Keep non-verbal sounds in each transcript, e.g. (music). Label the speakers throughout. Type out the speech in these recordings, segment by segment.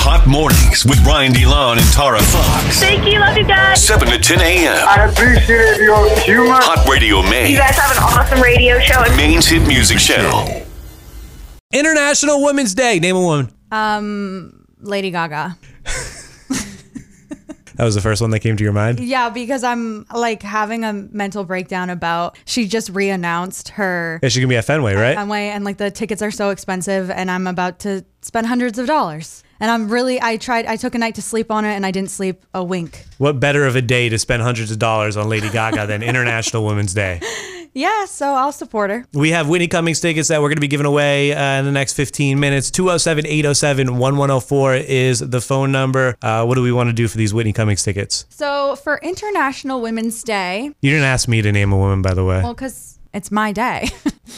Speaker 1: Hot Mornings with Ryan DeLon and Tara Fox.
Speaker 2: Thank you. Love you guys.
Speaker 1: 7 to 10 a.m.
Speaker 3: I appreciate your humor.
Speaker 1: Hot Radio Maine.
Speaker 2: You guys have an awesome radio show. And
Speaker 1: Maine's hit music channel.
Speaker 4: International Women's Day. Name a woman.
Speaker 5: Lady Gaga.
Speaker 4: That was the first one that came to your mind.
Speaker 5: Yeah, because I'm like having a mental breakdown about she just re-announced her
Speaker 4: Yeah, she can be at Fenway, right?
Speaker 5: Fenway and like the tickets are so expensive and I'm about to spend hundreds of dollars. And I'm really I tried I took a night to sleep on it and I didn't sleep a wink.
Speaker 4: What better of a day to spend hundreds of dollars on Lady Gaga than International Women's Day?
Speaker 5: Yeah, so I'll support her.
Speaker 4: We have Whitney Cummings tickets that we're going to be giving away uh, in the next 15 minutes. 207 807 1104 is the phone number. Uh, what do we want to do for these Whitney Cummings tickets?
Speaker 5: So for International Women's Day,
Speaker 4: You didn't ask me to name a woman, by the way.
Speaker 5: well cuz it's my day.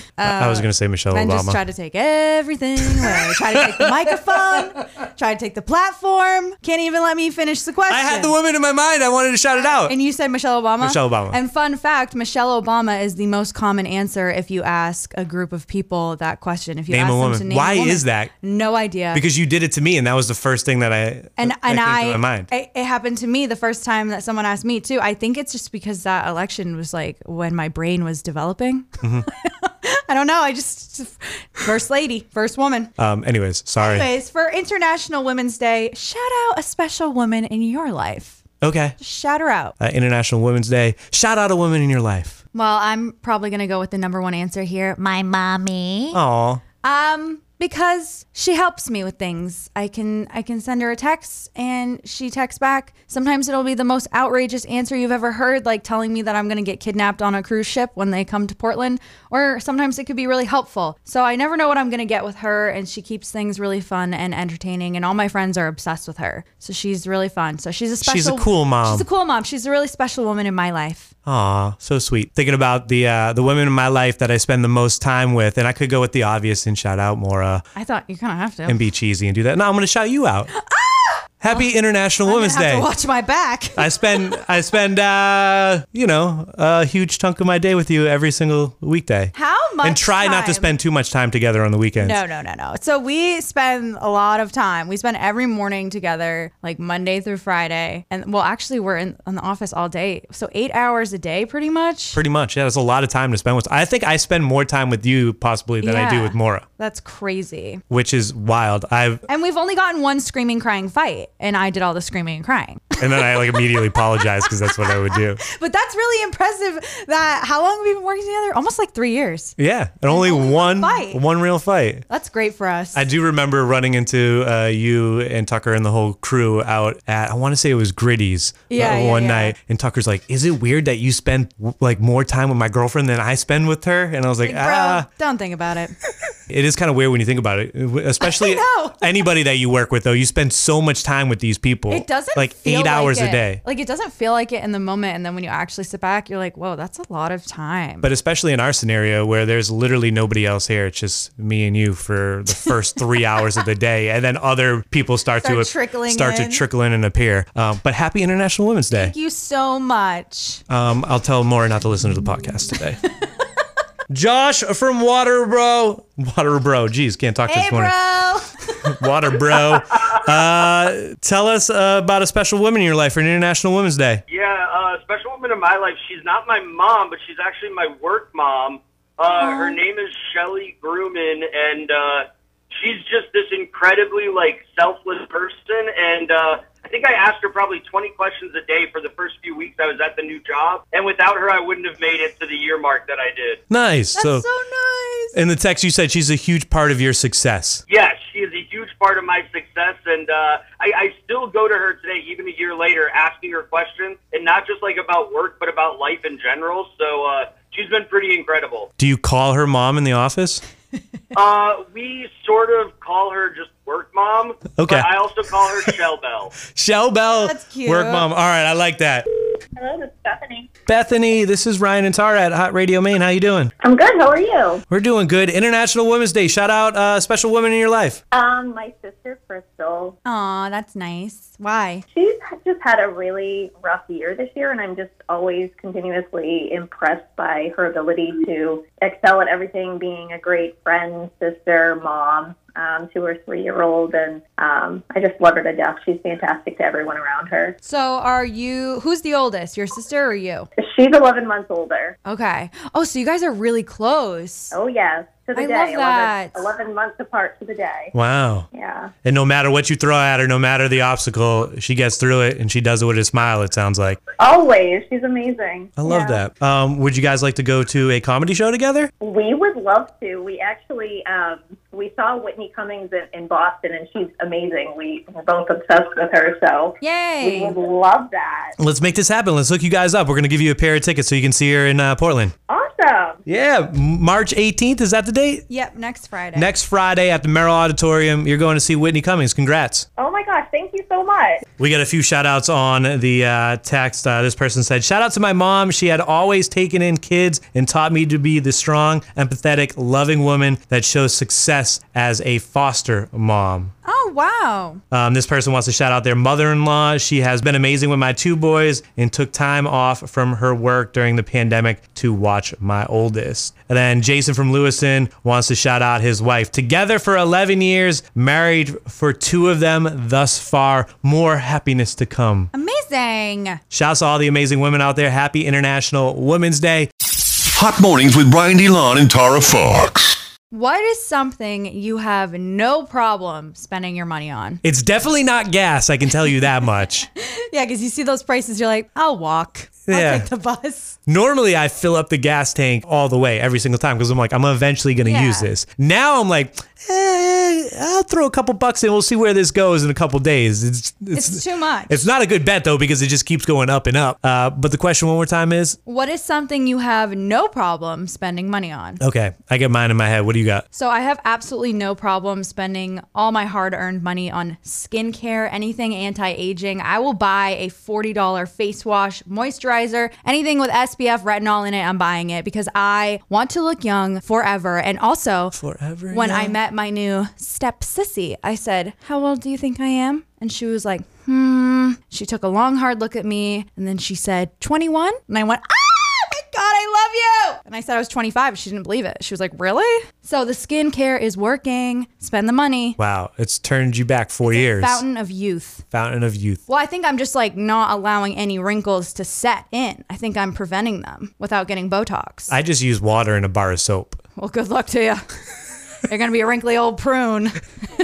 Speaker 5: (laughs)
Speaker 4: I was going to say Michelle
Speaker 5: And
Speaker 4: Obama.
Speaker 5: just try to take everything away. try to take the microphone, try to take the platform. Can't even let me finish the question.
Speaker 4: I had the woman in my mind. I wanted to shout it out.
Speaker 5: And you said Michelle Obama?
Speaker 4: Michelle Obama.
Speaker 5: And fun fact Michelle Obama is the most common answer if you ask a group of people that question. If you
Speaker 4: Name
Speaker 5: ask
Speaker 4: a
Speaker 5: them
Speaker 4: woman.
Speaker 5: to name
Speaker 4: Why
Speaker 5: a woman.
Speaker 4: is that?
Speaker 5: No idea.
Speaker 4: because you did it to me, and that was the first thing that I
Speaker 5: and
Speaker 4: that
Speaker 5: and
Speaker 4: came
Speaker 5: I,
Speaker 4: to my mind.
Speaker 5: it, it happened to me the first time that someone asked me too. I think it's just because that election was like when my brain was developing.
Speaker 4: Mm-hmm.
Speaker 5: (laughs) I don't know. I just first lady, first woman.
Speaker 4: um, anyways, sorry.
Speaker 5: Anyways, for International Women's Day, shout out a special woman in your life.
Speaker 4: Okay.
Speaker 5: Shout her out.
Speaker 4: Uh, International Women's Day. Shout out a woman in your life.
Speaker 5: Well, I'm probably gonna go with the number one answer here, my mommy.
Speaker 4: Aw.
Speaker 5: Um, because she helps me with things. I can I can send her a text and she texts back. Sometimes it'll be the most outrageous answer you've ever heard, like telling me that I'm gonna get kidnapped on a cruise ship when they come to Portland. Or sometimes it could be really helpful. So I never know what I'm gonna get with her, and she keeps things really fun and entertaining. And all my friends are obsessed with her, so she's really fun. So she's a special.
Speaker 4: She's a cool mom.
Speaker 5: She's a cool mom. She's a really special woman in my life.
Speaker 4: Aw, so sweet. Thinking about the uh, the women in my life that I spend the most time with, and I could go with the obvious and shout out Mora
Speaker 5: I thought you kind of have to.
Speaker 4: and be cheesy and do that. No, I'm going to shout you out. Happy International
Speaker 5: Ah! I'm gonna
Speaker 4: Women's
Speaker 5: have
Speaker 4: Day.
Speaker 5: to watch my back.
Speaker 4: I spend I spend uh, you know a huge chunk of my day with you every single weekday.
Speaker 5: (laughs) How much?
Speaker 4: and try not to
Speaker 5: time-
Speaker 4: spend too much time together on the weekends.
Speaker 5: No, no, no, no. So we spend a lot of time. We spend every morning together, like Monday through Friday, and well, actually, we're in on the office all day, so eight hours a day, pretty much.
Speaker 4: Pretty much. Yeah, that's a lot of time to spend with. I think I spend more time with you possibly than I do
Speaker 5: Yeah.
Speaker 4: with Mora,
Speaker 5: That's crazy.
Speaker 4: which is wild. I've
Speaker 5: And we've only gotten one screaming, crying fight, and I did all the screaming and crying. (laughs)
Speaker 4: and then I like immediately apologize because that's what I would do.
Speaker 5: But that's really impressive. That how long have we been working together? Almost like three years.
Speaker 4: Yeah, and only,
Speaker 5: only
Speaker 4: one
Speaker 5: one fight.
Speaker 4: one real fight.
Speaker 5: That's great for us.
Speaker 4: I do remember running into uh, you and Tucker and the whole crew out at I want to say it was Gritty's uh,
Speaker 5: Yeah, yeah,
Speaker 4: one
Speaker 5: yeah.
Speaker 4: night, and Tucker's like, "Is it weird that you spend w- like more time with my girlfriend than I spend with her?" And I was like,
Speaker 5: Bro,
Speaker 4: "Ah,
Speaker 5: don't think about it.
Speaker 4: It is kind of weird when you think about it,
Speaker 5: (laughs)
Speaker 4: especially
Speaker 5: know.
Speaker 4: anybody that you work with. Though you spend so much time with these people,
Speaker 5: It doesn't
Speaker 4: like
Speaker 5: feel
Speaker 4: eight hours
Speaker 5: it.
Speaker 4: a day.
Speaker 5: Like it doesn't feel like it in the moment, and then when you actually sit back, you're like, whoa, that's a lot of time.
Speaker 4: But especially in our scenario where there's literally nobody else here, it's just me and you for the first
Speaker 5: (laughs)
Speaker 4: three hours of the day, and then other people start,
Speaker 5: Start
Speaker 4: to
Speaker 5: trickling
Speaker 4: start
Speaker 5: in.
Speaker 4: to trickle in and appear. Um, but happy International Women's Day.
Speaker 5: Thank you so much.
Speaker 4: Um, I'll tell Maura not to listen to the podcast
Speaker 5: (laughs)
Speaker 4: today. Josh from Waterboro, Waterboro. Geez, can't talk
Speaker 5: Hey,
Speaker 4: this morning.
Speaker 5: bro. (laughs)
Speaker 4: (laughs) Water bro. Uh, tell us uh, about a special woman in your life for International Women's Day.
Speaker 6: Yeah, uh, special woman in my life. She's not my mom, but she's actually my work mom. Uh, her name is Shelly Bruman, and uh, she's just this incredibly like selfless person. And uh, I think I asked her probably 20 questions a day for the first few weeks I was at the new job. And without her, I wouldn't have made it to the year mark that I did.
Speaker 4: Nice. so,
Speaker 5: That's so nice.
Speaker 4: in the text, you said she's a huge part of your success.
Speaker 6: Yes, she is a huge part of my success, and uh, I, I still go to her today, even a year later, asking her questions, and not just like about work, but about life in general. So uh, she's been pretty incredible.
Speaker 4: Do you call her mom in the office?
Speaker 6: Uh, we sort of call her just work mom.
Speaker 4: Okay.
Speaker 6: But I also call her Shell Bell.
Speaker 4: Shell Bell.
Speaker 5: That's cute.
Speaker 4: Work mom. All right, I like that.
Speaker 7: Hello, this is Bethany.
Speaker 4: Bethany, this is Ryan and Tara at Hot Radio Maine. How you doing?
Speaker 7: I'm good. How are you?
Speaker 4: We're doing good. International Women's Day. Shout out uh, a special woman in your life.
Speaker 7: Um, my sister Crystal.
Speaker 5: Aw, that's nice. Why?
Speaker 7: She's just had a really rough year this year, and I'm just always continuously impressed by her ability to excel at everything, being a great friend, sister, mom. um, two or three year old, and um, I just love her to death. She's fantastic to everyone around her.
Speaker 5: So are you? Who's the oldest? Your sister or you?
Speaker 7: She's 11 months older.
Speaker 5: Okay. Oh, so you guys are really close.
Speaker 7: Oh yes, to the
Speaker 5: I
Speaker 7: day.
Speaker 5: love
Speaker 7: 11
Speaker 5: that.
Speaker 7: 11, months apart to the day.
Speaker 4: Wow.
Speaker 7: Yeah.
Speaker 4: And no matter what you throw at her, no matter the obstacle, she gets through it and she does it with a smile, it sounds like.
Speaker 7: Always. She's amazing.
Speaker 4: I love
Speaker 7: Yeah.
Speaker 4: that. Um, would you guys like to go to a comedy show together?
Speaker 7: We would love to. We actually um, we saw Whitney Cummings in, in Boston, and she's amazing. We were both obsessed with her, so we
Speaker 5: Yay.
Speaker 7: would love that.
Speaker 4: Let's make this happen. Let's hook you guys up. We're going to give you a pair of tickets so you can see her in uh, Portland.
Speaker 7: Awesome.
Speaker 4: Yeah, March 18th. Is that the date?
Speaker 5: Yep. Next Friday.
Speaker 4: Next Friday at the Merrill Auditorium, you're going to see Whitney Cummings. Congrats.
Speaker 7: Oh my gosh! Thank you so much.
Speaker 4: We got a few shout outs on the uh, text. Uh, this person said, Shout out to my mom. She had always taken in kids and taught me to be the strong, empathetic, loving woman that shows success as a foster mom.
Speaker 5: Oh wow.
Speaker 4: Um, this person wants to shout out their mother in law. She has been amazing with my two boys and took time off from her work during the pandemic to watch my oldest. And then Jason from Lewiston wants to shout out his wife. Together for 11 years, married for two of them thus far. More happiness to come.
Speaker 5: Amazing.
Speaker 4: Shouts to all the amazing women out there. Happy International Women's Day.
Speaker 1: Hot mornings with Brian DeLon and Tara Fox.
Speaker 5: What is something you have no problem spending your money on?
Speaker 4: It's definitely not gas, I can tell you that much.
Speaker 5: Yeah, because you see those prices, you're like, I'll walk. I'll
Speaker 4: Yeah.
Speaker 5: take the bus.
Speaker 4: Normally, I fill up the gas tank all the way every single time because I'm like, I'm eventually going to
Speaker 5: Yeah.
Speaker 4: use this. Now I'm like, eh, I'll throw a couple bucks in. We'll see where this goes in a couple days. It's it's,
Speaker 5: (laughs) It's too much.
Speaker 4: it's not a good bet though because it just keeps going up and up. Uh, but the question one more time is,
Speaker 5: What is something you have no problem spending money on?
Speaker 4: okay, I get mine in my head. What do you got?
Speaker 5: So I have absolutely no problem spending all my hard-earned money on skincare, anything anti-aging. I will buy a $40 face wash, moisturizer, anything with SPF retinol in it, I'm buying it because I want to look young forever. And also,
Speaker 4: Forever
Speaker 5: when I
Speaker 4: young?
Speaker 5: met my new step sissy, I said, "How old do you think I am?" And she was like, "Hmm." She took a long hard look at me and then she said, "21?" And I went, "Ah!" my God, I love you. And I said I was 25. She didn't believe it. She was like, Really? So the skincare is working. Spend the money.
Speaker 4: Wow, it's turned you back four years.
Speaker 5: Fountain of youth.
Speaker 4: Fountain of youth.
Speaker 5: Well, I think I'm just like not allowing any wrinkles to set in. I think I'm preventing them without getting Botox.
Speaker 4: I just use water and a bar of soap.
Speaker 5: well, good luck to you. You're going to be a wrinkly old prune (laughs)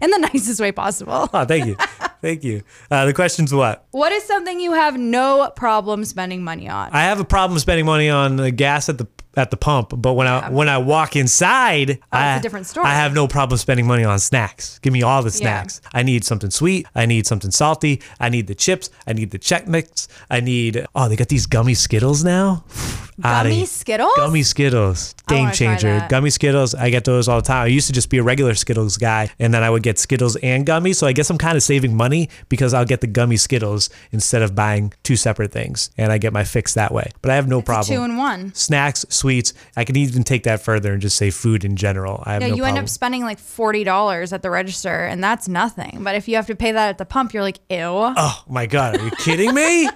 Speaker 5: in the nicest way possible.
Speaker 4: Oh, thank you,
Speaker 5: (laughs)
Speaker 4: thank you. Uh, the question's what?
Speaker 5: What is something you have no problem spending money on?
Speaker 4: I have a problem spending money on the gas at the at the pump, but when I when I walk inside, I,
Speaker 5: Oh, a different story.
Speaker 4: I have no problem spending money on snacks. Give me all the
Speaker 5: Yeah.
Speaker 4: snacks. I need something sweet. I need something salty. I need the chips. I need the check mix. I need oh, they got these gummy Skittles now. (sighs) Outta
Speaker 5: Gummy
Speaker 4: here.
Speaker 5: Skittles?
Speaker 4: Gummy Skittles, game
Speaker 5: wanna try
Speaker 4: changer.
Speaker 5: that.
Speaker 4: Gummy Skittles, I get those all the time. I used to just be a regular Skittles guy, and then I would get Skittles and gummies. So I guess I'm kind of saving money because I'll get the gummy Skittles instead of buying two separate things, and I get my fix that way. But I have no problem.
Speaker 5: Two in one.
Speaker 4: Snacks, sweets. I can even take that further and just say food in general. I have
Speaker 5: Yeah,
Speaker 4: no
Speaker 5: you
Speaker 4: problem.
Speaker 5: end up spending like forty dollars at the register, and that's nothing. But if you have to pay that at the pump, you're like, ew.
Speaker 4: oh my god, are you kidding
Speaker 5: (laughs)
Speaker 4: me?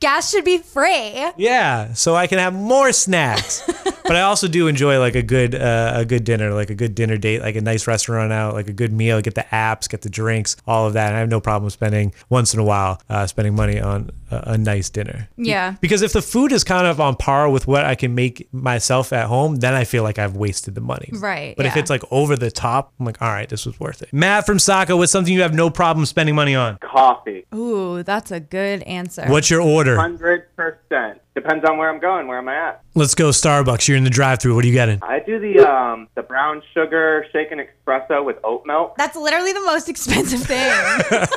Speaker 5: Gas should be free.
Speaker 4: Yeah, so I can have more
Speaker 5: (laughs)
Speaker 4: snacks. but I also do enjoy like a good uh, a good dinner, like a good dinner date, like a nice restaurant out, like a good meal. Get the apps, get the drinks, all of that. And I have no problem spending once in a while uh, spending money on a, a nice dinner.
Speaker 5: Yeah.
Speaker 4: Because if the food is kind of on par with what I can make myself at home, then I feel like I've wasted the money.
Speaker 5: Right,
Speaker 4: But if
Speaker 5: yeah.
Speaker 4: it's like over the top, I'm like, all right, this was worth it. Matt from Saco, what's something you have no problem spending money on?
Speaker 6: Coffee,
Speaker 5: Ooh, that's a good answer.
Speaker 4: What's your order?
Speaker 6: hundred percent. Depends on where I'm going. Where am I at?
Speaker 4: Let's go Starbucks. You're in the drive-through. What are you getting?
Speaker 6: I do the um the brown sugar shaken espresso with oat milk,
Speaker 5: That's literally the most (laughs) expensive thing.
Speaker 4: (laughs)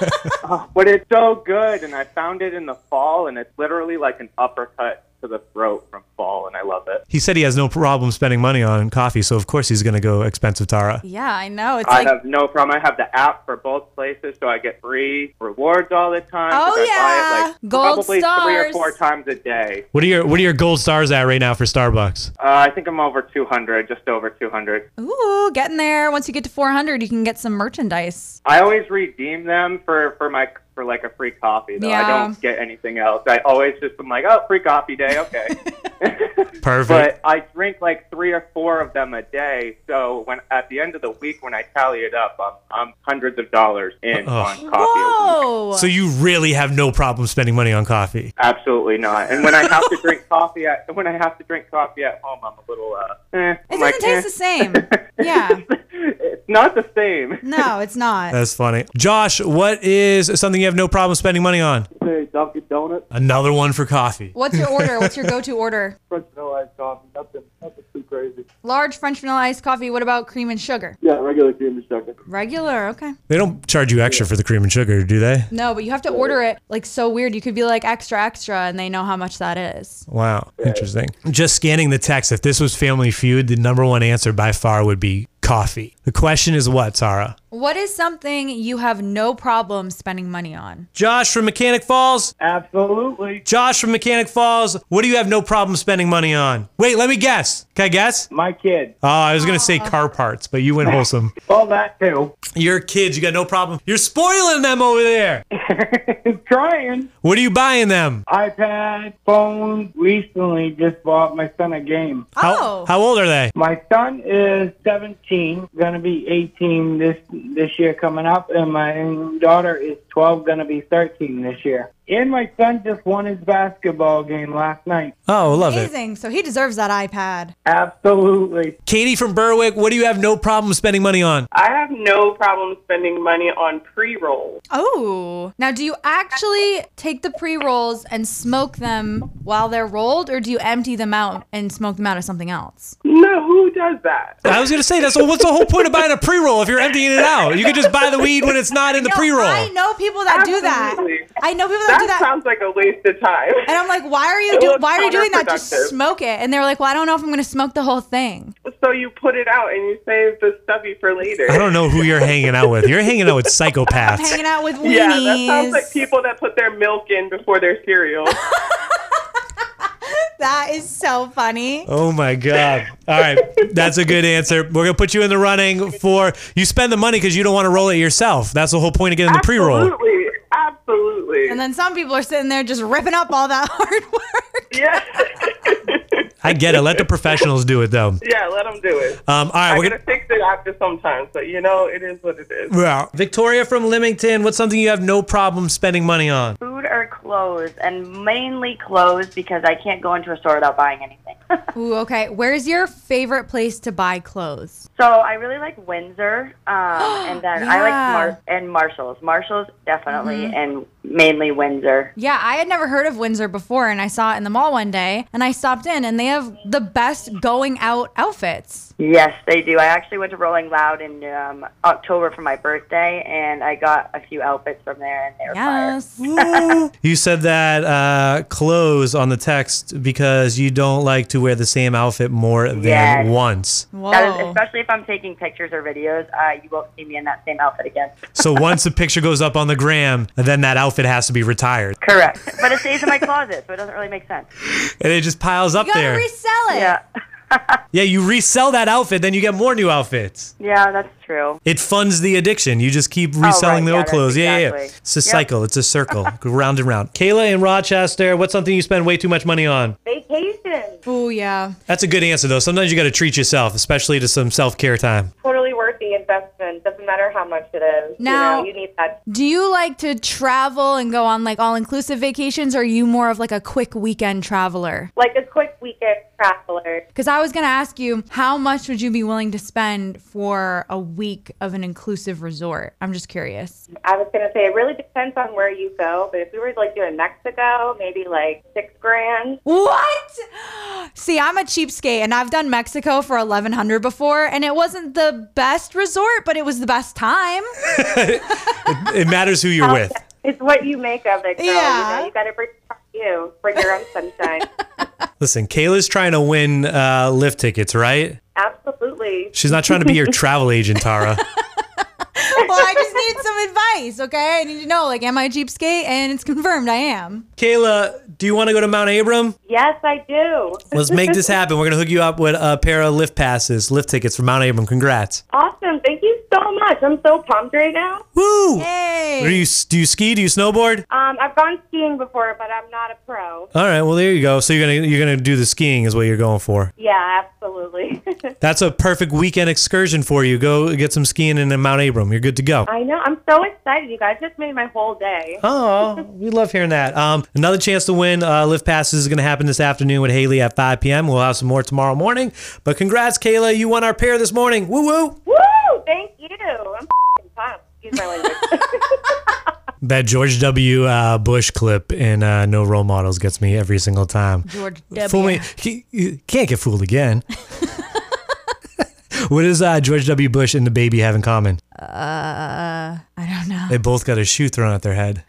Speaker 6: but it's so good. And I found it in the fall, and it's literally like an uppercut to the throat from fall, and I love it.
Speaker 4: He said he has no problem spending money on coffee, so of course he's going to go expensive Tara.
Speaker 5: yeah, I know. It's
Speaker 6: I
Speaker 5: like,
Speaker 6: have no problem. I have the app for both places, so I get free rewards all the time.
Speaker 5: Oh,
Speaker 6: 'cause I buy
Speaker 5: yeah.
Speaker 6: it, like,
Speaker 5: Gold
Speaker 6: probably three or
Speaker 5: stars.
Speaker 6: four times a day.
Speaker 4: What are your What are your gold stars at right now for Starbucks?
Speaker 6: Uh, I think I'm over 200, just over 200.
Speaker 5: ooh, getting there. Once you get to four hundred, you can get some merchandise.
Speaker 6: I always redeem them for for my for like a free coffee though.
Speaker 5: Yeah. (laughs)
Speaker 6: I don't get anything else. I always just am like, oh, free coffee day, okay.
Speaker 4: Perfect.
Speaker 8: But I drink like three or four of them a day. So when at the end of the week, when I tally it up, I'm, I'm hundreds of dollars in
Speaker 4: Uh-oh.
Speaker 8: on coffee. a week.
Speaker 5: Whoa.
Speaker 4: so you really have no problem spending money on coffee.
Speaker 8: Absolutely not. And when I have to drink coffee at when I have to drink coffee at home, I'm a little uh. Eh.
Speaker 5: it
Speaker 8: I'm
Speaker 5: doesn't
Speaker 8: like,
Speaker 5: taste
Speaker 8: eh.
Speaker 5: the
Speaker 6: (laughs)
Speaker 5: same.
Speaker 9: (laughs)
Speaker 5: Yeah.
Speaker 8: it's not the same.
Speaker 5: No, it's not.
Speaker 4: That's funny. Josh, what is something you have no problem spending money on?
Speaker 9: Say Dunkin' Donuts,
Speaker 4: Another one for coffee.
Speaker 5: What's your order? What's your go-to order?
Speaker 9: (laughs) French vanilla iced coffee, nothing, nothing too crazy.
Speaker 5: Large French vanilla iced coffee. What about cream and sugar?
Speaker 9: Yeah, regular cream and sugar.
Speaker 5: Regular, okay.
Speaker 4: They don't charge you extra for the cream and sugar, do they?
Speaker 5: No, but you have to order it like so weird. You could be like extra, extra, and they know how much that is.
Speaker 4: Wow, interesting. Just scanning the text, if this was Family Feud, the number one answer by far would be coffee. The question is what, Tara?
Speaker 5: What is something you have no problem spending money on?
Speaker 4: Josh from Mechanic Falls.
Speaker 9: Absolutely.
Speaker 4: Josh from Mechanic Falls, what do you have no problem spending money on? Wait, let me guess. Can I guess?
Speaker 9: My kid.
Speaker 4: Oh, I was going to say car parts, but you went wholesome.
Speaker 9: All that too. (laughs)
Speaker 4: Your kids, you got no problem. You're spoiling them over there.
Speaker 9: Trying.
Speaker 4: What are you buying them?
Speaker 9: iPad, phone. Recently just bought my son a game.
Speaker 4: How,
Speaker 5: Oh.
Speaker 4: how old are they?
Speaker 9: My son is 17, gonna be 18 this this year coming up, and my daughter is 12, gonna be 13 this year. And my son just won his basketball game last night.
Speaker 4: Oh, love it.
Speaker 5: Amazing. So he deserves that iPad.
Speaker 9: Absolutely.
Speaker 4: Katie from Berwick, what do you have no problem spending money on?
Speaker 10: I have no problem spending money on pre rolls.
Speaker 5: Oh. Now, do you actually take the pre rolls and smoke them while they're rolled, or do you empty them out and smoke them out of something else?
Speaker 10: No, who does that?
Speaker 4: I was gonna say that's what's the whole point of buying a pre-roll if you're emptying it out? You could just buy the weed when it's not
Speaker 5: (laughs)
Speaker 4: in the
Speaker 5: No,
Speaker 4: pre-roll.
Speaker 5: I know people that do that.
Speaker 10: Absolutely.
Speaker 5: I know people that,
Speaker 10: That
Speaker 5: do that.
Speaker 10: sounds like a waste of
Speaker 9: (laughs)
Speaker 10: time.
Speaker 5: and I'm like, why are you
Speaker 10: It
Speaker 5: do-
Speaker 10: looks
Speaker 5: why are you doing that? Just
Speaker 10: counterproductive.
Speaker 5: smoke it. And they're like, well, I don't know if I'm gonna smoke the whole thing.
Speaker 10: so you put it out and you save the stubby for later.
Speaker 4: I don't know who you're hanging out with. You're hanging out with psychopaths.
Speaker 5: Hanging out with
Speaker 10: (laughs)
Speaker 5: weenies.
Speaker 10: Yeah, that sounds like people that put their milk in before their cereal.
Speaker 5: That is so funny.
Speaker 4: Oh my god! All right, that's a good answer. We're gonna put you in the running for you spend the money because you don't want to roll it yourself. That's the whole point of getting the pre-roll.
Speaker 10: Absolutely. Absolutely.
Speaker 5: And then some people are sitting there just ripping up all that (laughs) hard work.
Speaker 10: yeah. (laughs)
Speaker 4: I get it. Let the professionals do it though. Um,
Speaker 10: (laughs) yeah, let them do it.
Speaker 4: all right,
Speaker 10: I
Speaker 4: we're
Speaker 10: gotta
Speaker 4: gonna.
Speaker 10: fix it after sometimes, but you know, it is what it is.
Speaker 4: Well, Victoria from Lymington, what's something you have no problem spending money on?
Speaker 11: Food or clothes, and mainly clothes because I can't go into a store without buying anything. (laughs)
Speaker 5: Ooh, okay. Where's your favorite place to buy clothes?
Speaker 11: so I really like Windsor, um,
Speaker 7: (gasps)
Speaker 11: and then I
Speaker 5: Yeah.
Speaker 11: like Mar- and Marshalls. Marshalls definitely,
Speaker 7: Mm-hmm.
Speaker 11: and mainly Windsor.
Speaker 5: Yeah, I had never heard of Windsor before, and I saw it in the mall one day, and I stopped in, and they have the best going out outfits.
Speaker 11: Yes, they do. I actually went to Rolling Loud in um, October for my birthday, and I got a few outfits from there, and they were fire.
Speaker 5: Yes.
Speaker 4: You said that uh, clothes on the text because you don't like to wear the same outfit more than
Speaker 11: Yes.
Speaker 4: once.
Speaker 11: That is,
Speaker 5: Whoa.
Speaker 11: especially if I'm taking pictures or videos, uh, you won't see me in that same outfit again.
Speaker 4: So once the picture goes up on the gram, then that outfit has to be retired,
Speaker 11: Correct. But it stays in my closet, so it doesn't really make
Speaker 5: (laughs)
Speaker 11: sense.
Speaker 4: and it just piles up
Speaker 5: You gotta
Speaker 4: there.
Speaker 5: resell it.
Speaker 11: Yeah.
Speaker 4: yeah, you resell that outfit, then you get more new outfits.
Speaker 11: Yeah, that's true.
Speaker 4: It funds the addiction. You just keep reselling
Speaker 11: Oh, right,
Speaker 4: the
Speaker 11: yeah,
Speaker 4: old
Speaker 11: that's
Speaker 4: clothes. Yeah, yeah, yeah.
Speaker 11: exactly.
Speaker 4: It's a
Speaker 11: Yep.
Speaker 4: cycle. It's
Speaker 11: (laughs)
Speaker 4: a circle, Go round and round. Kayla in Rochester, what's something you spend way too much money on?
Speaker 7: Vacation.
Speaker 5: Ooh, yeah.
Speaker 4: That's a good answer though. Sometimes you got to treat yourself, especially to some self care time.
Speaker 10: Totally worth the investment. Doesn't matter how much it is.
Speaker 5: Now-
Speaker 10: you, know, you need that.
Speaker 5: Do you like to travel and go on like all inclusive vacations, or are you more of like a quick weekend traveler?
Speaker 7: Like a quick weekend traveler.
Speaker 5: Because I was going to ask you, how much would you be willing to spend for a week of an inclusive resort? I'm just curious.
Speaker 7: I was gonna say it really depends on where you go, but if we were like doing Mexico, maybe like six grand.
Speaker 5: What? See, I'm a cheapskate and I've done Mexico for 1100 before and it wasn't the best resort, but it was the best time. (laughs)
Speaker 4: It matters who
Speaker 11: (laughs)
Speaker 4: you're with.
Speaker 7: It's what you make of it, girl. You
Speaker 5: Yeah.
Speaker 7: know, you gotta bring you bring your own sunshine.
Speaker 4: Listen, Kayla's trying to win uh, lift tickets, right?
Speaker 7: Absolutely.
Speaker 4: She's not trying
Speaker 11: (laughs)
Speaker 4: to be your travel agent, Tara.
Speaker 5: well, I just need some advice, okay? I need to know like am I a cheapskate? And it's confirmed I am.
Speaker 4: Kayla, do you want to go to Mount Abram?
Speaker 7: Yes, I do.
Speaker 12: (laughs)
Speaker 4: Let's make
Speaker 11: (laughs)
Speaker 4: this happen. We're gonna hook you up with a pair of lift passes, lift tickets for Mount Abram. Congrats.
Speaker 7: Awesome. Thank you
Speaker 12: so much. I'm so pumped right now.
Speaker 4: Woo!
Speaker 12: Yay!
Speaker 4: Do you do you ski? Do you snowboard?
Speaker 12: Um, I've gone skiing before, but I'm not a pro.
Speaker 4: All right. Well, there you go. So you're gonna you're gonna do the skiing is what you're going for.
Speaker 12: Yeah, absolutely. (laughs)
Speaker 4: That's a perfect weekend excursion for you. Go get some skiing in uh, Mount Abram. You're good to go.
Speaker 12: I know. I'm so excited, you guys. Just made my whole day.
Speaker 4: Oh, we love hearing that. Um, another chance to win uh, lift passes is going to happen this afternoon with Haley at 5 p.m. We'll have some more tomorrow morning. But congrats, Kayla. You won our pair this morning. Woo woo.
Speaker 12: Woo! Thank you. I'm (laughs) f***ing pumped. Excuse my language.
Speaker 4: That George W. Uh, Bush clip in uh, No Role Models gets me every single time.
Speaker 5: George
Speaker 4: Fool me. He- you can't get fooled again. (laughs) what does uh, George W. Bush and the baby have in common?
Speaker 5: Uh, I don't know.
Speaker 4: They both got a shoe thrown at their
Speaker 5: (gasps)
Speaker 4: head.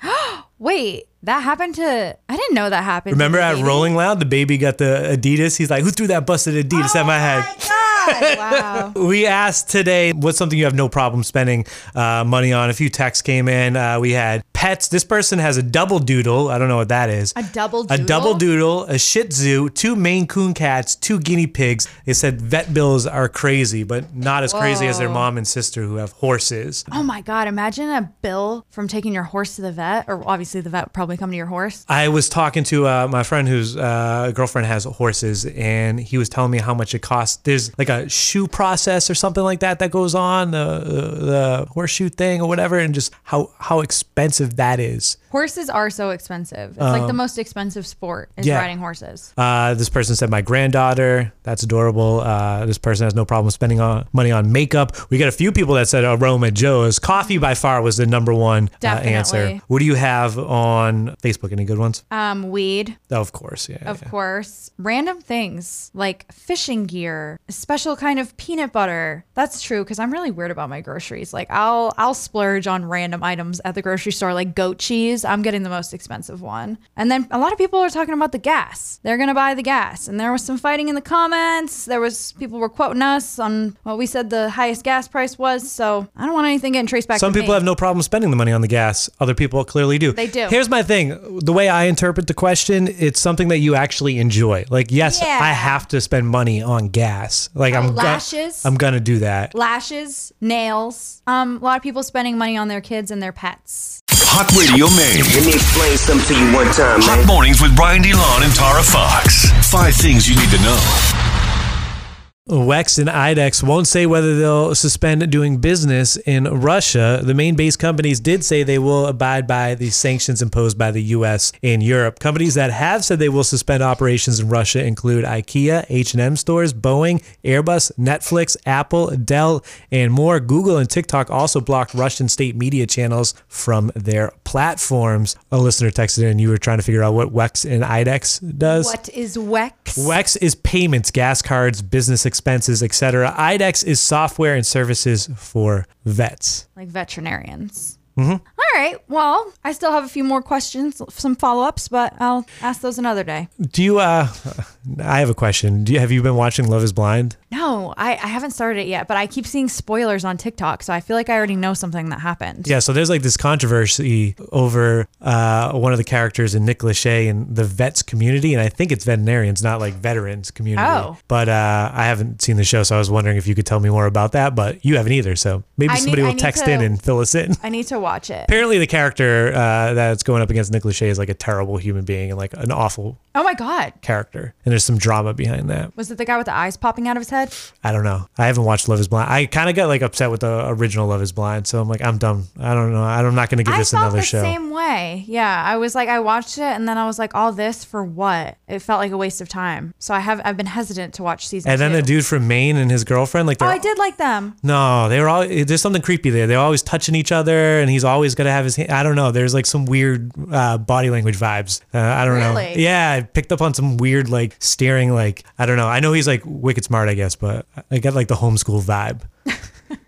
Speaker 5: Wait, that happened to. I didn't know that happened. to
Speaker 4: Remember
Speaker 5: the
Speaker 4: at
Speaker 5: baby.
Speaker 4: Rolling Loud, the baby got the Adidas. He's like, "Who threw that busted Adidas at
Speaker 5: Oh
Speaker 4: my head?"
Speaker 5: wow. (laughs)
Speaker 4: We asked today what's something you have no problem spending uh, money on. A few texts came in. Uh, we had pets. This person has a double doodle. I don't know what that is.
Speaker 5: A double
Speaker 4: A
Speaker 5: doodle?
Speaker 4: double doodle, a Shih Tzu, two Maine Coon cats, two guinea pigs. They said vet bills are crazy, but not as crazy as their
Speaker 5: Whoa.
Speaker 4: mom and sister who have horses.
Speaker 5: Oh my God, imagine a bill from taking your horse to the vet, or obviously the vet would probably come to your horse.
Speaker 4: I was talking to uh, my friend whose uh, girlfriend has horses, and he was telling me how much it costs. There's like a shoe process or something like that that goes on the the horseshoe thing or whatever, and just how how expensive that is.
Speaker 5: Horses are so expensive. It's like the
Speaker 4: Um,
Speaker 5: most expensive sport is
Speaker 4: yeah.
Speaker 5: riding horses.
Speaker 4: Uh, this person said, "My granddaughter, that's adorable." Uh, this person has no problem spending on money on makeup. We got a few people that said Aroma Joe's. Coffee by far was the number one uh, answer.
Speaker 5: Definitely.
Speaker 4: What do you have on Facebook? Any good ones?
Speaker 5: Um, weed,
Speaker 4: Of course, yeah.
Speaker 5: of course. Random things like fishing gear, a special kind of peanut butter. That's true because I'm really weird about my groceries. Like I'll I'll splurge on random items at the grocery store, like goat cheese. I'm getting the most expensive one. And then a lot of people are talking about the gas. They're gonna buy the gas. And there was some fighting in the comments. There was people were quoting us on what we said the highest gas price was. So I don't want anything getting traced back.
Speaker 4: Some
Speaker 5: to
Speaker 4: people
Speaker 5: me.
Speaker 4: have no problem spending the money on the gas. Other people clearly do.
Speaker 5: They do.
Speaker 4: Here's my thing. The way I interpret the question, it's something that you actually enjoy. Like, yes,
Speaker 5: Yeah.
Speaker 4: I have to spend money on gas. Like, I'm
Speaker 5: lashes?
Speaker 4: Gonna, I'm gonna do that.
Speaker 5: lashes, nails. Um, a lot of people spending money on their kids and their pets.
Speaker 1: Hot Radio Maine.
Speaker 13: Let me explain something to you one time, man.
Speaker 1: Hot mornings with Brian DeLon and Tara Fox. Five things you need to know.
Speaker 4: Wex and IDEX won't say whether they'll suspend doing business in Russia. The main base companies did say they will abide by the sanctions imposed by the U.S. and Europe. Companies that have said they will suspend operations in Russia include IKEA, H&M stores, Boeing, Airbus, Netflix, Apple, Dell, and more. Google and TikTok also blocked Russian state media channels from their platforms. A listener texted in, you were trying to figure out what Wex and IDEX does.
Speaker 5: What is WEX?
Speaker 4: Wex is payments, gas cards, business expenses, etc. IDEX is software and services for vets.
Speaker 5: Like veterinarians.
Speaker 4: Mhm.
Speaker 5: All right. Well, I still have a few more questions, some follow ups, but I'll ask those another day.
Speaker 4: Do you? Uh, (laughs) I have a question. Do you have you been watching Love Is Blind?
Speaker 5: No, I, I haven't started it yet, but I keep seeing spoilers on TikTok, so I feel like I already know something that happened.
Speaker 4: Yeah. So there's like this controversy over uh, one of the characters in Nick Lachey in the vets community, and I think it's veterinarians, not like veterans community.
Speaker 5: Oh.
Speaker 4: But uh, I haven't seen the show, so I was wondering if you could tell me more about that. But you haven't either, so maybe
Speaker 5: I need-
Speaker 4: somebody
Speaker 5: I
Speaker 4: will
Speaker 5: need
Speaker 4: text
Speaker 5: to-
Speaker 4: in and fill us in.
Speaker 5: I need to watch it.
Speaker 4: Apparently, the character uh, that's going up against Nick Lachey is like a terrible human being and like an awful
Speaker 5: Oh my God.
Speaker 4: character. And there's some drama behind that.
Speaker 5: Was it the guy with the eyes popping out of his head?
Speaker 4: I don't know. I haven't watched Love Is Blind. I kind of got like upset with the original Love Is Blind, so I'm like, I'm done. I don't know. I'm not going to give
Speaker 5: I
Speaker 4: this
Speaker 5: felt
Speaker 4: another
Speaker 5: the
Speaker 4: show.
Speaker 5: same way. Yeah, I was like, I watched it, and then I was like, all this for what? It felt like a waste of time. So I have, I've been hesitant to watch season.
Speaker 4: and then
Speaker 5: two.
Speaker 4: the dude from Maine and his girlfriend, like,
Speaker 5: oh,
Speaker 4: they're
Speaker 5: I did like them.
Speaker 4: no, they were all. There's something creepy there. They're always touching each other, and he's always gonna have his. hand- I don't know. There's like some weird uh, body language vibes. Uh, I don't know.
Speaker 5: Really?
Speaker 4: Yeah, I picked up on some weird like staring. Like I don't know. I know he's like wicked smart, I guess, but I got like the homeschool vibe.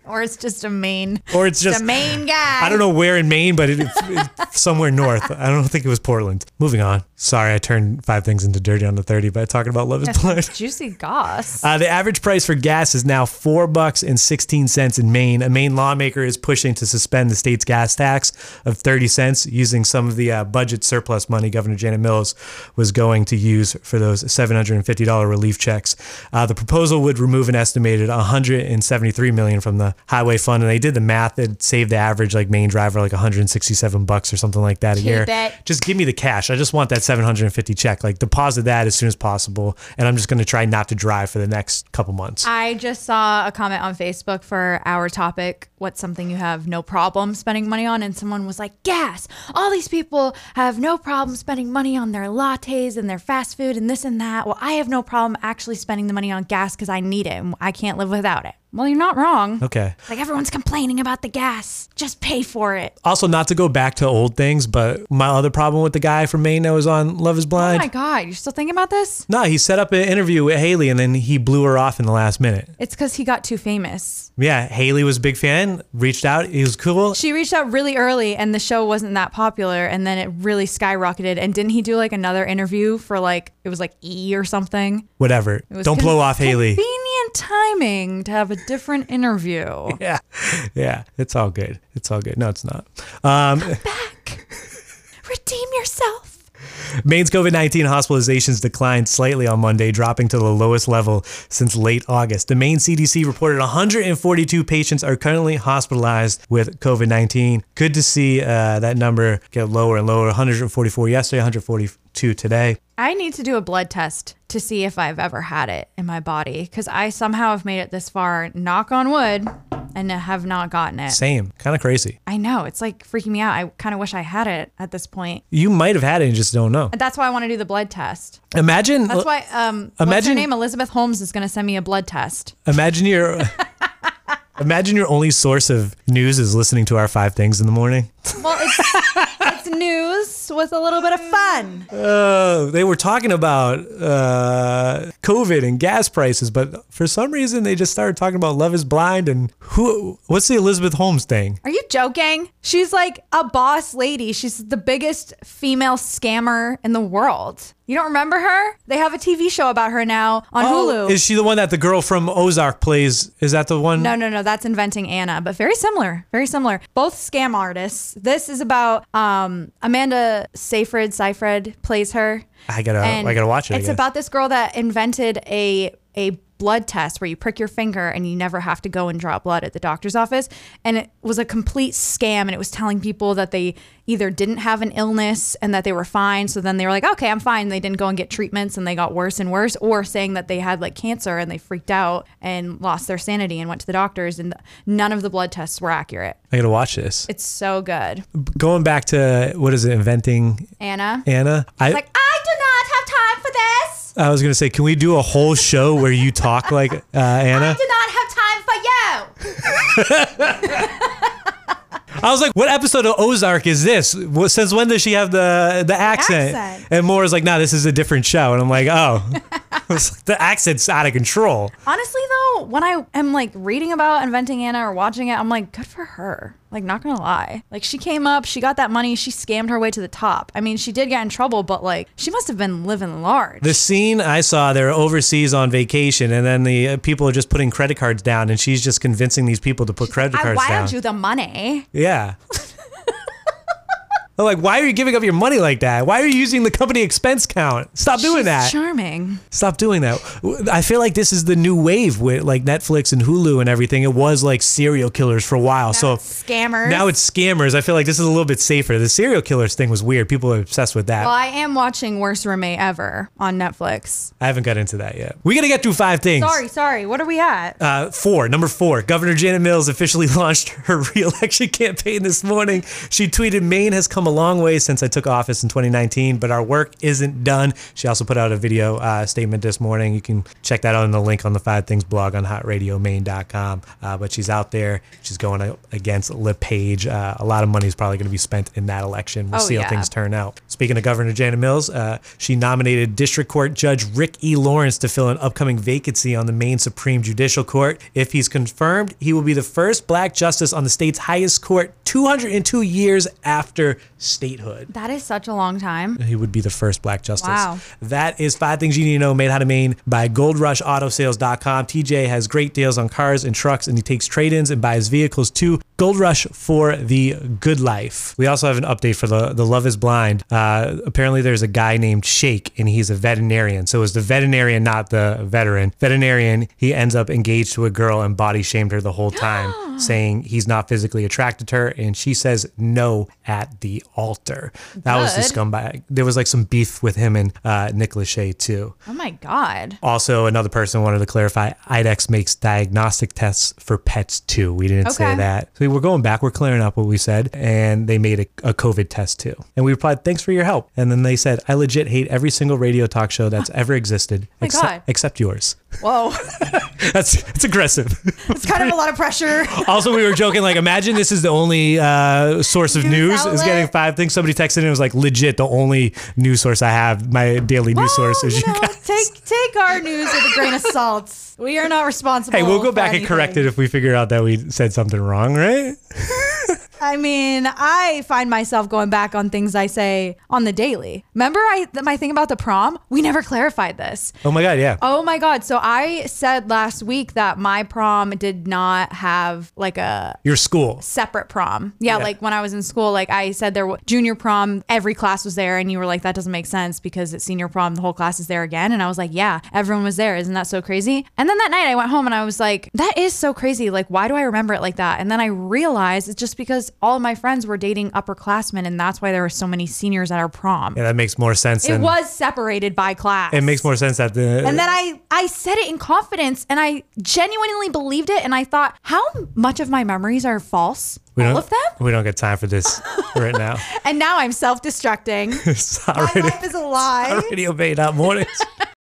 Speaker 5: Or it's just a main.
Speaker 4: Or it's just-
Speaker 5: a main guy.
Speaker 4: I don't know where in Maine, but it, it, somewhere north. I don't think it was Portland. Moving on. Sorry, I turned five things into dirty on the thirty by talking about
Speaker 5: (laughs)
Speaker 4: love is
Speaker 5: That's
Speaker 4: blind.
Speaker 5: Juicy goss.
Speaker 4: Uh, the average price for gas is now four bucks and sixteen cents in Maine. A Maine lawmaker is pushing to suspend the state's gas tax of thirty cents, using some of the uh, budget surplus money Governor Janet Mills was going to use for those seven hundred and fifty dollar relief checks. Uh, the proposal would remove an estimated one hundred and seventy three million from the highway fund, and they did the math. It saved the average like main driver like 167 bucks or something like that a
Speaker 14: Keep
Speaker 4: year.
Speaker 14: it.
Speaker 4: Just give me the cash. I just want that 750 check. Like deposit that as soon as possible, and I'm just going to try not to drive for the next couple months.
Speaker 5: I just saw a comment on Facebook for our topic, what's something you have no problem spending money on? And someone was like, gas. All these people have no problem spending money on their lattes and their fast food and this and that. Well, I have no problem actually spending the money on gas because I need it and I can't live without it. Well, you're not wrong.
Speaker 4: Okay.
Speaker 5: Like everyone's complaining about the gas. Just pay for it.
Speaker 4: Also, not to go back to old things, but my other problem with the guy from Maine that was on Love Is
Speaker 5: Oh
Speaker 4: Blind.
Speaker 5: my God, you're still thinking about this?
Speaker 4: no, he set up an interview with Haley, and then he blew her off in the last minute.
Speaker 5: It's because he got too famous.
Speaker 4: Yeah, Haley was a big fan, reached out. He was cool.
Speaker 5: She reached out really early and the show wasn't that popular and then it really skyrocketed. And didn't he do like another interview for like, it was like E or something?
Speaker 4: Whatever.
Speaker 5: It was
Speaker 4: Don't
Speaker 5: con-
Speaker 4: blow off Haley.
Speaker 5: Convenient timing to have a different interview.
Speaker 4: (laughs) Yeah. Yeah, it's all good. It's all good. No, it's not. Um,
Speaker 5: Redeem yourself.
Speaker 4: Maine's COVID 19 hospitalizations declined slightly on Monday, dropping to the lowest level since late August. The Maine CDC reported 142 patients are currently hospitalized with COVID 19. Good to see uh, that number get lower and lower 144 yesterday, 142 today.
Speaker 5: I need to do a blood test to see if I've ever had it in my body because I somehow have made it this far, knock on wood, and have not gotten it.
Speaker 4: Same. Kind of crazy.
Speaker 5: I know. It's like freaking me out. I kind of wish I had it at this point.
Speaker 4: You might have had it and just don't know.
Speaker 5: And That's why I want to do the blood test.
Speaker 4: Imagine.
Speaker 5: That's why um what's her
Speaker 4: Imagine-
Speaker 5: name? Elizabeth Holmes is gonna send me a blood test.
Speaker 4: Imagine your (laughs) imagine your only source of news is listening to our five things in the morning.
Speaker 5: Well it's (laughs) it's news with a little bit of fun.
Speaker 4: Uh, they were talking about uh, COVID and gas prices, but for some reason they just started talking about Love Is Blind and who? What's the Elizabeth Holmes thing?
Speaker 5: Are you joking? She's like a boss lady. She's the biggest female scammer in the world. You don't remember her? They have a TV show about her now on Hulu.
Speaker 4: Oh, Is she the one that the girl from Ozark plays? Is that the one?
Speaker 5: No, no, no. That's inventing Anna, but very similar. Very similar. Both scam artists. This is about um, Amanda Seyfried. Seyfried plays her.
Speaker 4: I gotta-
Speaker 5: And
Speaker 4: I gotta watch it, I
Speaker 5: It's
Speaker 4: guess.
Speaker 5: about this girl that invented a a blood test where you prick your finger and you never have to go and draw blood at the doctor's office. And it was a complete scam. And it was telling people that they either didn't have an illness and that they were fine. So then they were like, okay, I'm fine. They didn't go and get treatments and they got worse and worse, or saying that they had like cancer and they freaked out and lost their sanity and went to the doctors. And none of the blood tests were accurate.
Speaker 4: I gotta watch this.
Speaker 5: It's so good.
Speaker 4: Going back to what is it? Inventing
Speaker 5: Anna?
Speaker 4: Anna. I
Speaker 5: She's like, I do not have time for this.
Speaker 4: I was gonna say, can we do a whole show where you talk like uh, Anna?
Speaker 5: I do not have time for you.
Speaker 4: I was like, what episode of Ozark is this? Wh- Since when does she have the the accent?
Speaker 5: Accent.
Speaker 4: And Moore's like, nah, this is a different show. And I'm like, oh, (laughs) I was like, the accent's out of control.
Speaker 5: Honestly, though, when I am like reading about inventing Anna or watching it, I'm like, good for her. Like, not gonna lie. Like, she came up, she got that money, she scammed her way to the top. I mean, she did get in trouble, but like, she must have been living large.
Speaker 4: The scene I saw, they're overseas on vacation, and then the uh, people are just putting credit cards down, and she's just convincing these people to put credit
Speaker 5: I
Speaker 4: cards down.
Speaker 5: wired you the money. (laughs)
Speaker 4: yeah. I'm like, why are you giving up your money like that? Why are you using the company expense count? Stop doing
Speaker 5: She's
Speaker 4: that.
Speaker 5: Charming.
Speaker 4: Stop doing that. I feel like this is the new wave with like Netflix and Hulu and everything. It was like serial killers for a while. so
Speaker 5: Scammers.
Speaker 4: now it's scammers. I feel like this is a little bit safer. The serial killers thing was weird. People are obsessed with that.
Speaker 5: Well, I am watching Worst Roommate Ever on Netflix.
Speaker 4: I haven't got into that yet. We got to get through five things.
Speaker 5: Sorry, sorry. What are we at?
Speaker 4: Uh, four, number four, Governor Janet Mills officially (laughs) launched her reelection campaign this morning. She tweeted, Maine has come a long way since I took office in 2019, but our work isn't done. She also put out a video uh, statement this morning. You can check that out in the link on the Five Things blog on hotradiomaine.com. Uh, but she's out there. She's going up against LePage. Uh, a lot of money is probably going to be spent in that election. We'll
Speaker 5: Oh,
Speaker 4: see
Speaker 5: yeah.
Speaker 4: how things turn out. Speaking of Governor Janet Mills, uh, she nominated District Court Judge Rick E. Lawrence to fill an upcoming vacancy on the Maine Supreme Judicial Court. If he's confirmed, he will be the first black justice on the state's highest court 202 years after statehood.
Speaker 5: That is such a long time.
Speaker 4: He would be the first black justice.
Speaker 5: Wow.
Speaker 4: That is five things you need to know made how to Maine by goldrushautosales.com. TJ has great deals on cars and trucks and he takes trade-ins and buys vehicles too. Gold Rush for the Good Life. We also have an update for the, the Love is Blind. Uh, apparently, there's a guy named Shake, and he's a veterinarian. So it's the veterinarian, not the veteran. Veterinarian, he ends up engaged to a girl and body shamed her the
Speaker 5: (gasps)
Speaker 4: whole time, saying he's not physically attracted to her. And she says no at the altar. That was the
Speaker 5: Good.
Speaker 4: scumbag. There was like some beef with him and uh, Nick Lachey, too.
Speaker 5: Oh my God.
Speaker 4: Also, another person wanted to clarify IDEX makes diagnostic tests for pets too. We didn't say
Speaker 5: Okay.
Speaker 4: that. So we're going back, we're clearing up what we said. And they made a, a COVID test too. And we replied, thanks for your help. And then they said, I legit hate every single radio talk show that's ever existed
Speaker 5: Ah. Oh my
Speaker 4: except,
Speaker 5: God.
Speaker 4: except yours. (laughs)
Speaker 5: Whoa. (laughs)
Speaker 4: That's, that's aggressive. (laughs)
Speaker 5: It's kind of a lot of pressure.
Speaker 4: also, we were joking, like, imagine this is the only uh, source of news is getting five things. Somebody texted in and was like, legit, the only news source I have, my daily news source is you guys.
Speaker 5: take take our news with a grain of salt. We are not responsible.
Speaker 4: Hey, we'll go
Speaker 5: for
Speaker 4: back and
Speaker 5: anything.
Speaker 4: correct it if we figure out that we said something wrong, right?
Speaker 5: I mean, I find myself going back on things I say on the daily. Remember, I th- my thing about the prom. We never clarified this.
Speaker 4: Oh my god, yeah.
Speaker 5: Oh my god! So I said last week that my prom did not have like a
Speaker 4: Your school.
Speaker 5: separate prom. Yeah,
Speaker 4: Yeah.
Speaker 5: like when I was in school, like I said, there wa- junior prom, every class was there, and you were like, that doesn't make sense because at senior prom, the whole class is there again. And I was like, yeah, everyone was there. Isn't that so crazy? And then that night, I went home and I was like, that is so crazy. Like, why do I remember it like that? And then I realized it's just because all of my friends were dating upperclassmen, and that's why there were so many seniors at our prom.
Speaker 4: Yeah, that makes more sense.
Speaker 5: It
Speaker 4: than,
Speaker 5: was separated by class.
Speaker 4: It makes more sense that the.
Speaker 5: And then I, I said it in confidence and I genuinely believed it. And I thought, how much of my memories are false?
Speaker 4: we
Speaker 5: All
Speaker 4: don't-
Speaker 5: of them?
Speaker 4: We don't get time for this right now. (laughs)
Speaker 5: And now I'm self destructing. (laughs)
Speaker 4: Sorry.
Speaker 5: Life is a lie.
Speaker 4: Radio Bay, not
Speaker 5: (laughs)
Speaker 4: mornings.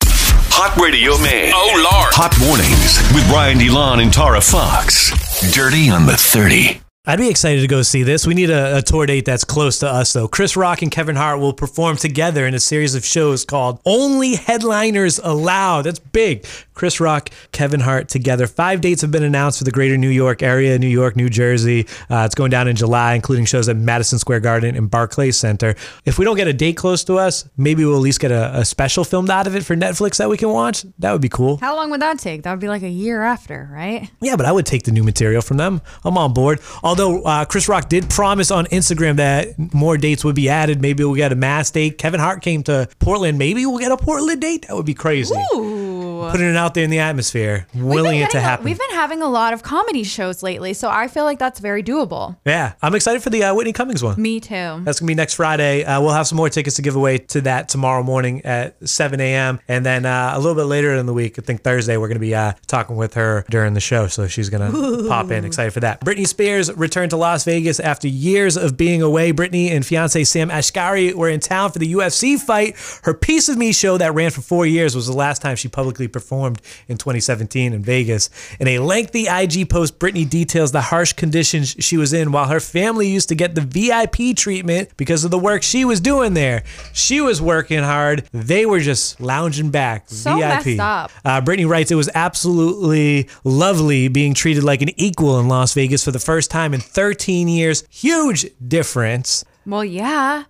Speaker 1: Hot Radio Man.
Speaker 13: Oh, Lord.
Speaker 1: Hot Mornings with Brian DeLon and Tara Fox. Dirty on the 30.
Speaker 4: I'd be excited to go see this. We need a, a tour date that's close to us, though. Chris Rock and Kevin Hart will perform together in a series of shows called Only Headliners Allowed. That's big. Chris Rock, Kevin Hart together. Five dates have been announced for the greater New York area, New York, New Jersey. Uh, it's going down in July, including shows at Madison Square Garden and Barclays Center. If we don't get a date close to us, maybe we'll at least get a, a special filmed out of it for Netflix that we can watch. That would be cool.
Speaker 5: How long would that take? That would be like a year after, right?
Speaker 4: Yeah, but I would take the new material from them. I'm on board. Although uh, Chris Rock did promise on Instagram that more dates would be added. Maybe we'll get a mass date. Kevin Hart came to Portland. Maybe we'll get a Portland date. That would be crazy.
Speaker 5: Ooh.
Speaker 4: Putting it out there in the atmosphere, willing it to happen.
Speaker 5: We've been having a lot of comedy shows lately, so I feel like that's very doable.
Speaker 4: yeah, I'm excited for the uh, Whitney Cummings one.
Speaker 5: Me too.
Speaker 4: That's gonna be next Friday. Uh, we'll have some more tickets to give away to that tomorrow morning at 7 a.m. And then uh, a little bit later in the week, I think Thursday, we're gonna be uh, talking with her during the show. So she's gonna pop in. Excited for that. Britney Spears returned to Las Vegas after years of being away. Britney and fiance Sam Ashkari were in town for the UFC fight. Her Piece of Me show that ran for four years was the last time she publicly performed in 2017 in Vegas. In a lengthy IG post, Britney details the harsh conditions she was in while her family used to get the VIP treatment because of the work she was doing there. She was working hard, they were just lounging back.
Speaker 5: So
Speaker 4: VIP.
Speaker 5: messed up.
Speaker 4: Uh, Brittany writes, it was absolutely lovely being treated like an equal in Las Vegas for the first time in 13 years. Huge difference.
Speaker 5: Well, yeah.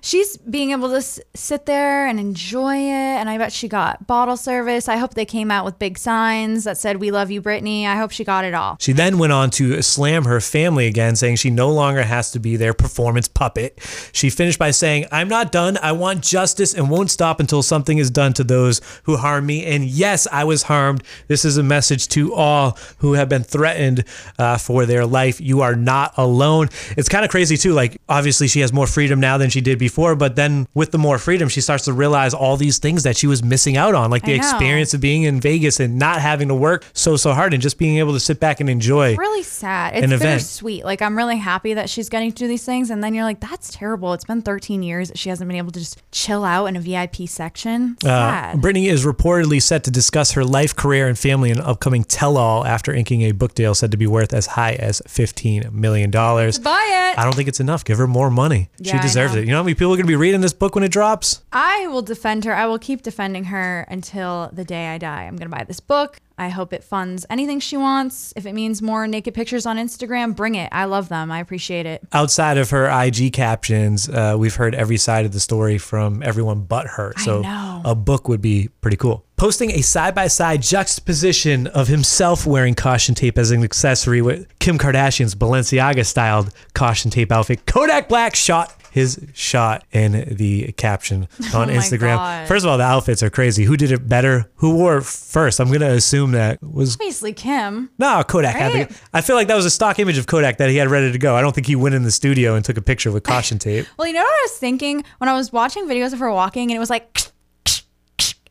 Speaker 5: She's being able to s- sit there and enjoy it. And I bet she got bottle service. I hope they came out with big signs that said, We love you, Brittany. I hope she got it all.
Speaker 4: She then went on to slam her family again, saying she no longer has to be their performance puppet. She finished by saying, I'm not done. I want justice and won't stop until something is done to those who harm me. And yes, I was harmed. This is a message to all who have been threatened uh, for their life. You are not alone. It's kind of crazy, too. Like, obviously, she has more freedom now than she did before, but then with the more freedom, she starts to realize all these things that she was missing out on, like
Speaker 5: I
Speaker 4: the
Speaker 5: know.
Speaker 4: experience of being in Vegas and not having to work so, so hard and just being able to sit back and enjoy.
Speaker 5: (laughs) really sad.
Speaker 4: an
Speaker 5: It's
Speaker 4: event.
Speaker 5: bittersweet. Like I'm really happy that she's getting to do these things, and then you're like, that's terrible. It's been 13 years that she hasn't been able to just chill out in a VIP section.
Speaker 4: Uh,
Speaker 5: Sad.
Speaker 4: Brittany is reportedly set to discuss her life, career, and family in an upcoming tell-all after inking a book deal said to be worth as high as fifteen million dollars.
Speaker 5: Buy
Speaker 4: I
Speaker 5: it.
Speaker 4: don't think it's enough. Give her more money.
Speaker 5: Yeah,
Speaker 4: she
Speaker 5: I
Speaker 4: deserves
Speaker 5: know.
Speaker 4: it. You know how many people are going to be reading this book when it drops?
Speaker 5: I will defend her. I will keep defending her until the day I die. I'm gonna buy this book. I hope it funds anything she wants. If it means more naked pictures on Instagram, bring it. I love them. I appreciate it.
Speaker 4: Outside of her IG captions, uh, we've heard every side of the story from everyone but her. So
Speaker 5: know.
Speaker 4: a book would be pretty cool. posting a side by side juxtaposition of himself wearing caution tape as an accessory with Kim Kardashian's Balenciaga styled caution tape outfit. Kodak Black shot his shot in the
Speaker 14: (laughs)
Speaker 4: caption on
Speaker 14: Oh my
Speaker 4: Instagram.
Speaker 14: God.
Speaker 4: First of all, the outfits are crazy. Who did it better? Who wore it first? I'm going to assume that was
Speaker 5: Obviously, Kim.
Speaker 4: no, Kodak. had
Speaker 5: Right?
Speaker 4: the I feel like that was a stock image of Kodak that he had ready to go. I don't think he went in the studio and took a picture with caution tape.
Speaker 5: Well, you know what I was thinking when I was watching videos of her walking and it was like,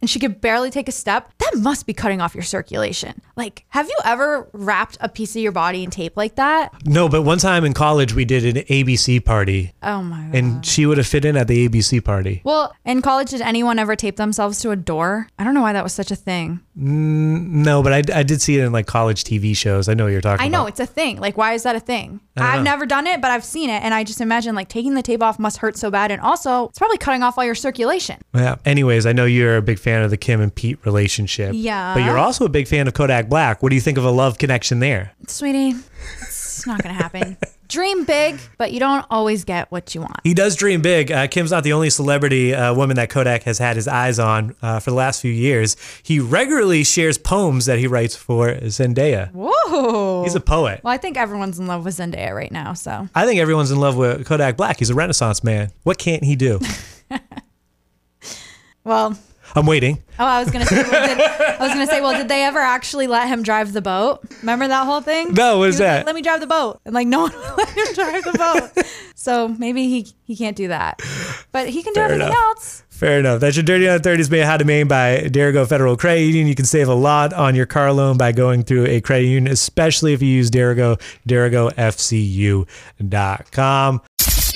Speaker 5: and she could barely take a step? That must be cutting off your circulation. Like, have you ever wrapped a piece of your body in tape like that?
Speaker 4: (laughs) No, but one time in college we did an ABC party,
Speaker 5: Oh my.
Speaker 4: and she would have fit in at the ABC party.
Speaker 5: Well, in college, did anyone ever tape themselves to a door? I don't know why that was such a thing.
Speaker 4: Mm, no, but I, I did see it in like college TV shows. I know what you're talking.
Speaker 5: I know
Speaker 4: about.
Speaker 5: it's a thing. Like, why is that a thing?
Speaker 4: I don't
Speaker 5: I've
Speaker 4: know.
Speaker 5: never done it, but I've seen it, and I just imagine like taking the tape off must hurt so bad, and also it's probably cutting off all your circulation.
Speaker 4: Yeah. Anyways, I know you're a big fan of the Kim and Pete relationship.
Speaker 5: Yeah.
Speaker 4: But you're also a big fan of Kodak Black. What do you think of a love connection there?
Speaker 5: Sweetie, it's not
Speaker 4: (laughs)
Speaker 5: gonna happen. Dream big, but you don't always get what you want.
Speaker 4: He does dream big. Uh, Kim's not the only celebrity uh, woman that Kodak has had his eyes on uh, for the last few years. He regularly shares poems that he writes for Zendaya.
Speaker 5: Whoa.
Speaker 4: He's a poet.
Speaker 5: Well, I think everyone's in love with Zendaya right now, so.
Speaker 4: I think everyone's in love with Kodak Black. He's a renaissance man. What can't he do? (laughs)
Speaker 5: Well,
Speaker 4: I'm waiting.
Speaker 5: oh, I was gonna say, well, did, I was gonna say, well, did they ever actually let him drive the boat? Remember that whole thing?
Speaker 4: No, what
Speaker 5: He
Speaker 4: is
Speaker 5: was like,
Speaker 4: that?
Speaker 5: Let me drive the boat, and like no one (laughs) would let him drive the boat. so maybe he he can't do that, but he can do
Speaker 4: Fair
Speaker 5: everything
Speaker 4: enough.
Speaker 5: else.
Speaker 4: Fair enough. That's your Dirty on 30s made how to main by Derigo Federal Credit Union. You can save a lot on your car loan by going through a credit union, especially if you use Derigo, derigofcu.com.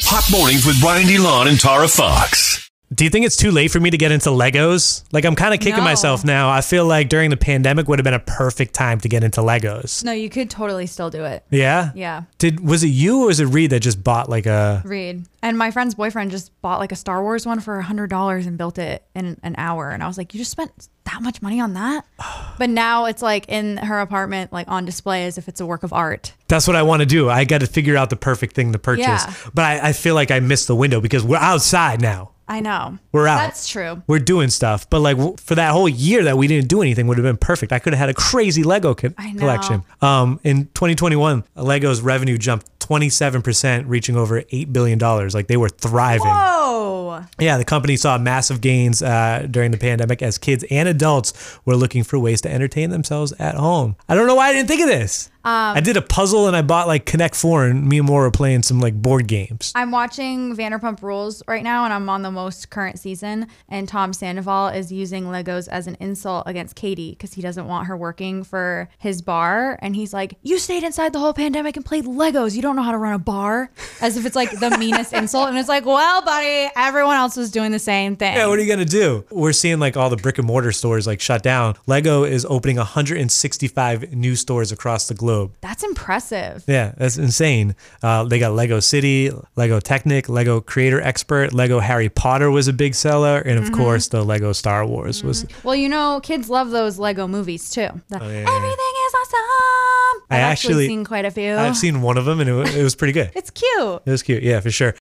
Speaker 1: Hot mornings with Brian DeLon and Tara Fox.
Speaker 4: Do you think it's too late for me to get into Legos? Like, I'm kind of kicking
Speaker 5: No.
Speaker 4: myself now. I feel like during the pandemic would have been a perfect time to get into Legos.
Speaker 5: No, you could totally still do it.
Speaker 4: Yeah?
Speaker 5: Yeah.
Speaker 4: Did Was it you or was it Reed that just bought like a.
Speaker 5: Read. And my friend's boyfriend just bought like a Star Wars one for hundred dollars and built it in an hour. And I was like, you just spent that much money
Speaker 4: (sighs)
Speaker 5: on that? but now it's like in her apartment, like on display as if it's a work of art.
Speaker 4: That's what I want to do. I got to figure out the perfect thing to purchase.
Speaker 5: Yeah.
Speaker 4: But I, I feel like I missed the window because we're outside now.
Speaker 5: I know.
Speaker 4: We're out.
Speaker 5: That's true.
Speaker 4: We're doing stuff, but like w- for that whole year that we didn't do anything would have been perfect. I could have had a crazy Lego co-
Speaker 5: know.
Speaker 4: collection. Um, in 2021, Lego's revenue jumped 27%, reaching over eight billion dollars. Like they were thriving.
Speaker 5: Whoa.
Speaker 4: Yeah, the company saw massive gains uh, during the pandemic as kids and adults were looking for ways to entertain themselves at home. I don't know why I didn't think of this.
Speaker 5: Um,
Speaker 4: I did a puzzle and I bought like Connect Four, and me and Maura were playing some like board games.
Speaker 5: I'm watching Vanderpump Rules right now, and I'm on the most current season. And Tom Sandoval is using Legos as an insult against Katie because he doesn't want her working for his bar. And he's like, "You stayed inside the whole pandemic and played Legos. You don't know how to run a bar," as if it's like the
Speaker 4: (laughs)
Speaker 5: meanest insult. And it's like, "Well, buddy, everyone else was doing the same thing."
Speaker 4: Yeah, what are you gonna do? We're seeing like all the brick and mortar stores like shut down. Lego is opening 165 new stores across the globe.
Speaker 5: That's impressive.
Speaker 4: Yeah, that's insane. Uh, they got Lego City, Lego Technic, Lego Creator Expert, Lego Harry Potter was a big seller, and of
Speaker 5: Mhm.
Speaker 4: course the Lego Star Wars was.
Speaker 5: Well, you know, kids love those Lego movies too. The-
Speaker 4: Oh, yeah.
Speaker 5: Everything is awesome.
Speaker 4: I
Speaker 5: I've
Speaker 4: actually-
Speaker 5: seen quite a few.
Speaker 4: I've seen one of them, and it, wa- it was pretty good.
Speaker 5: It's cute.
Speaker 4: It was cute, yeah, for sure.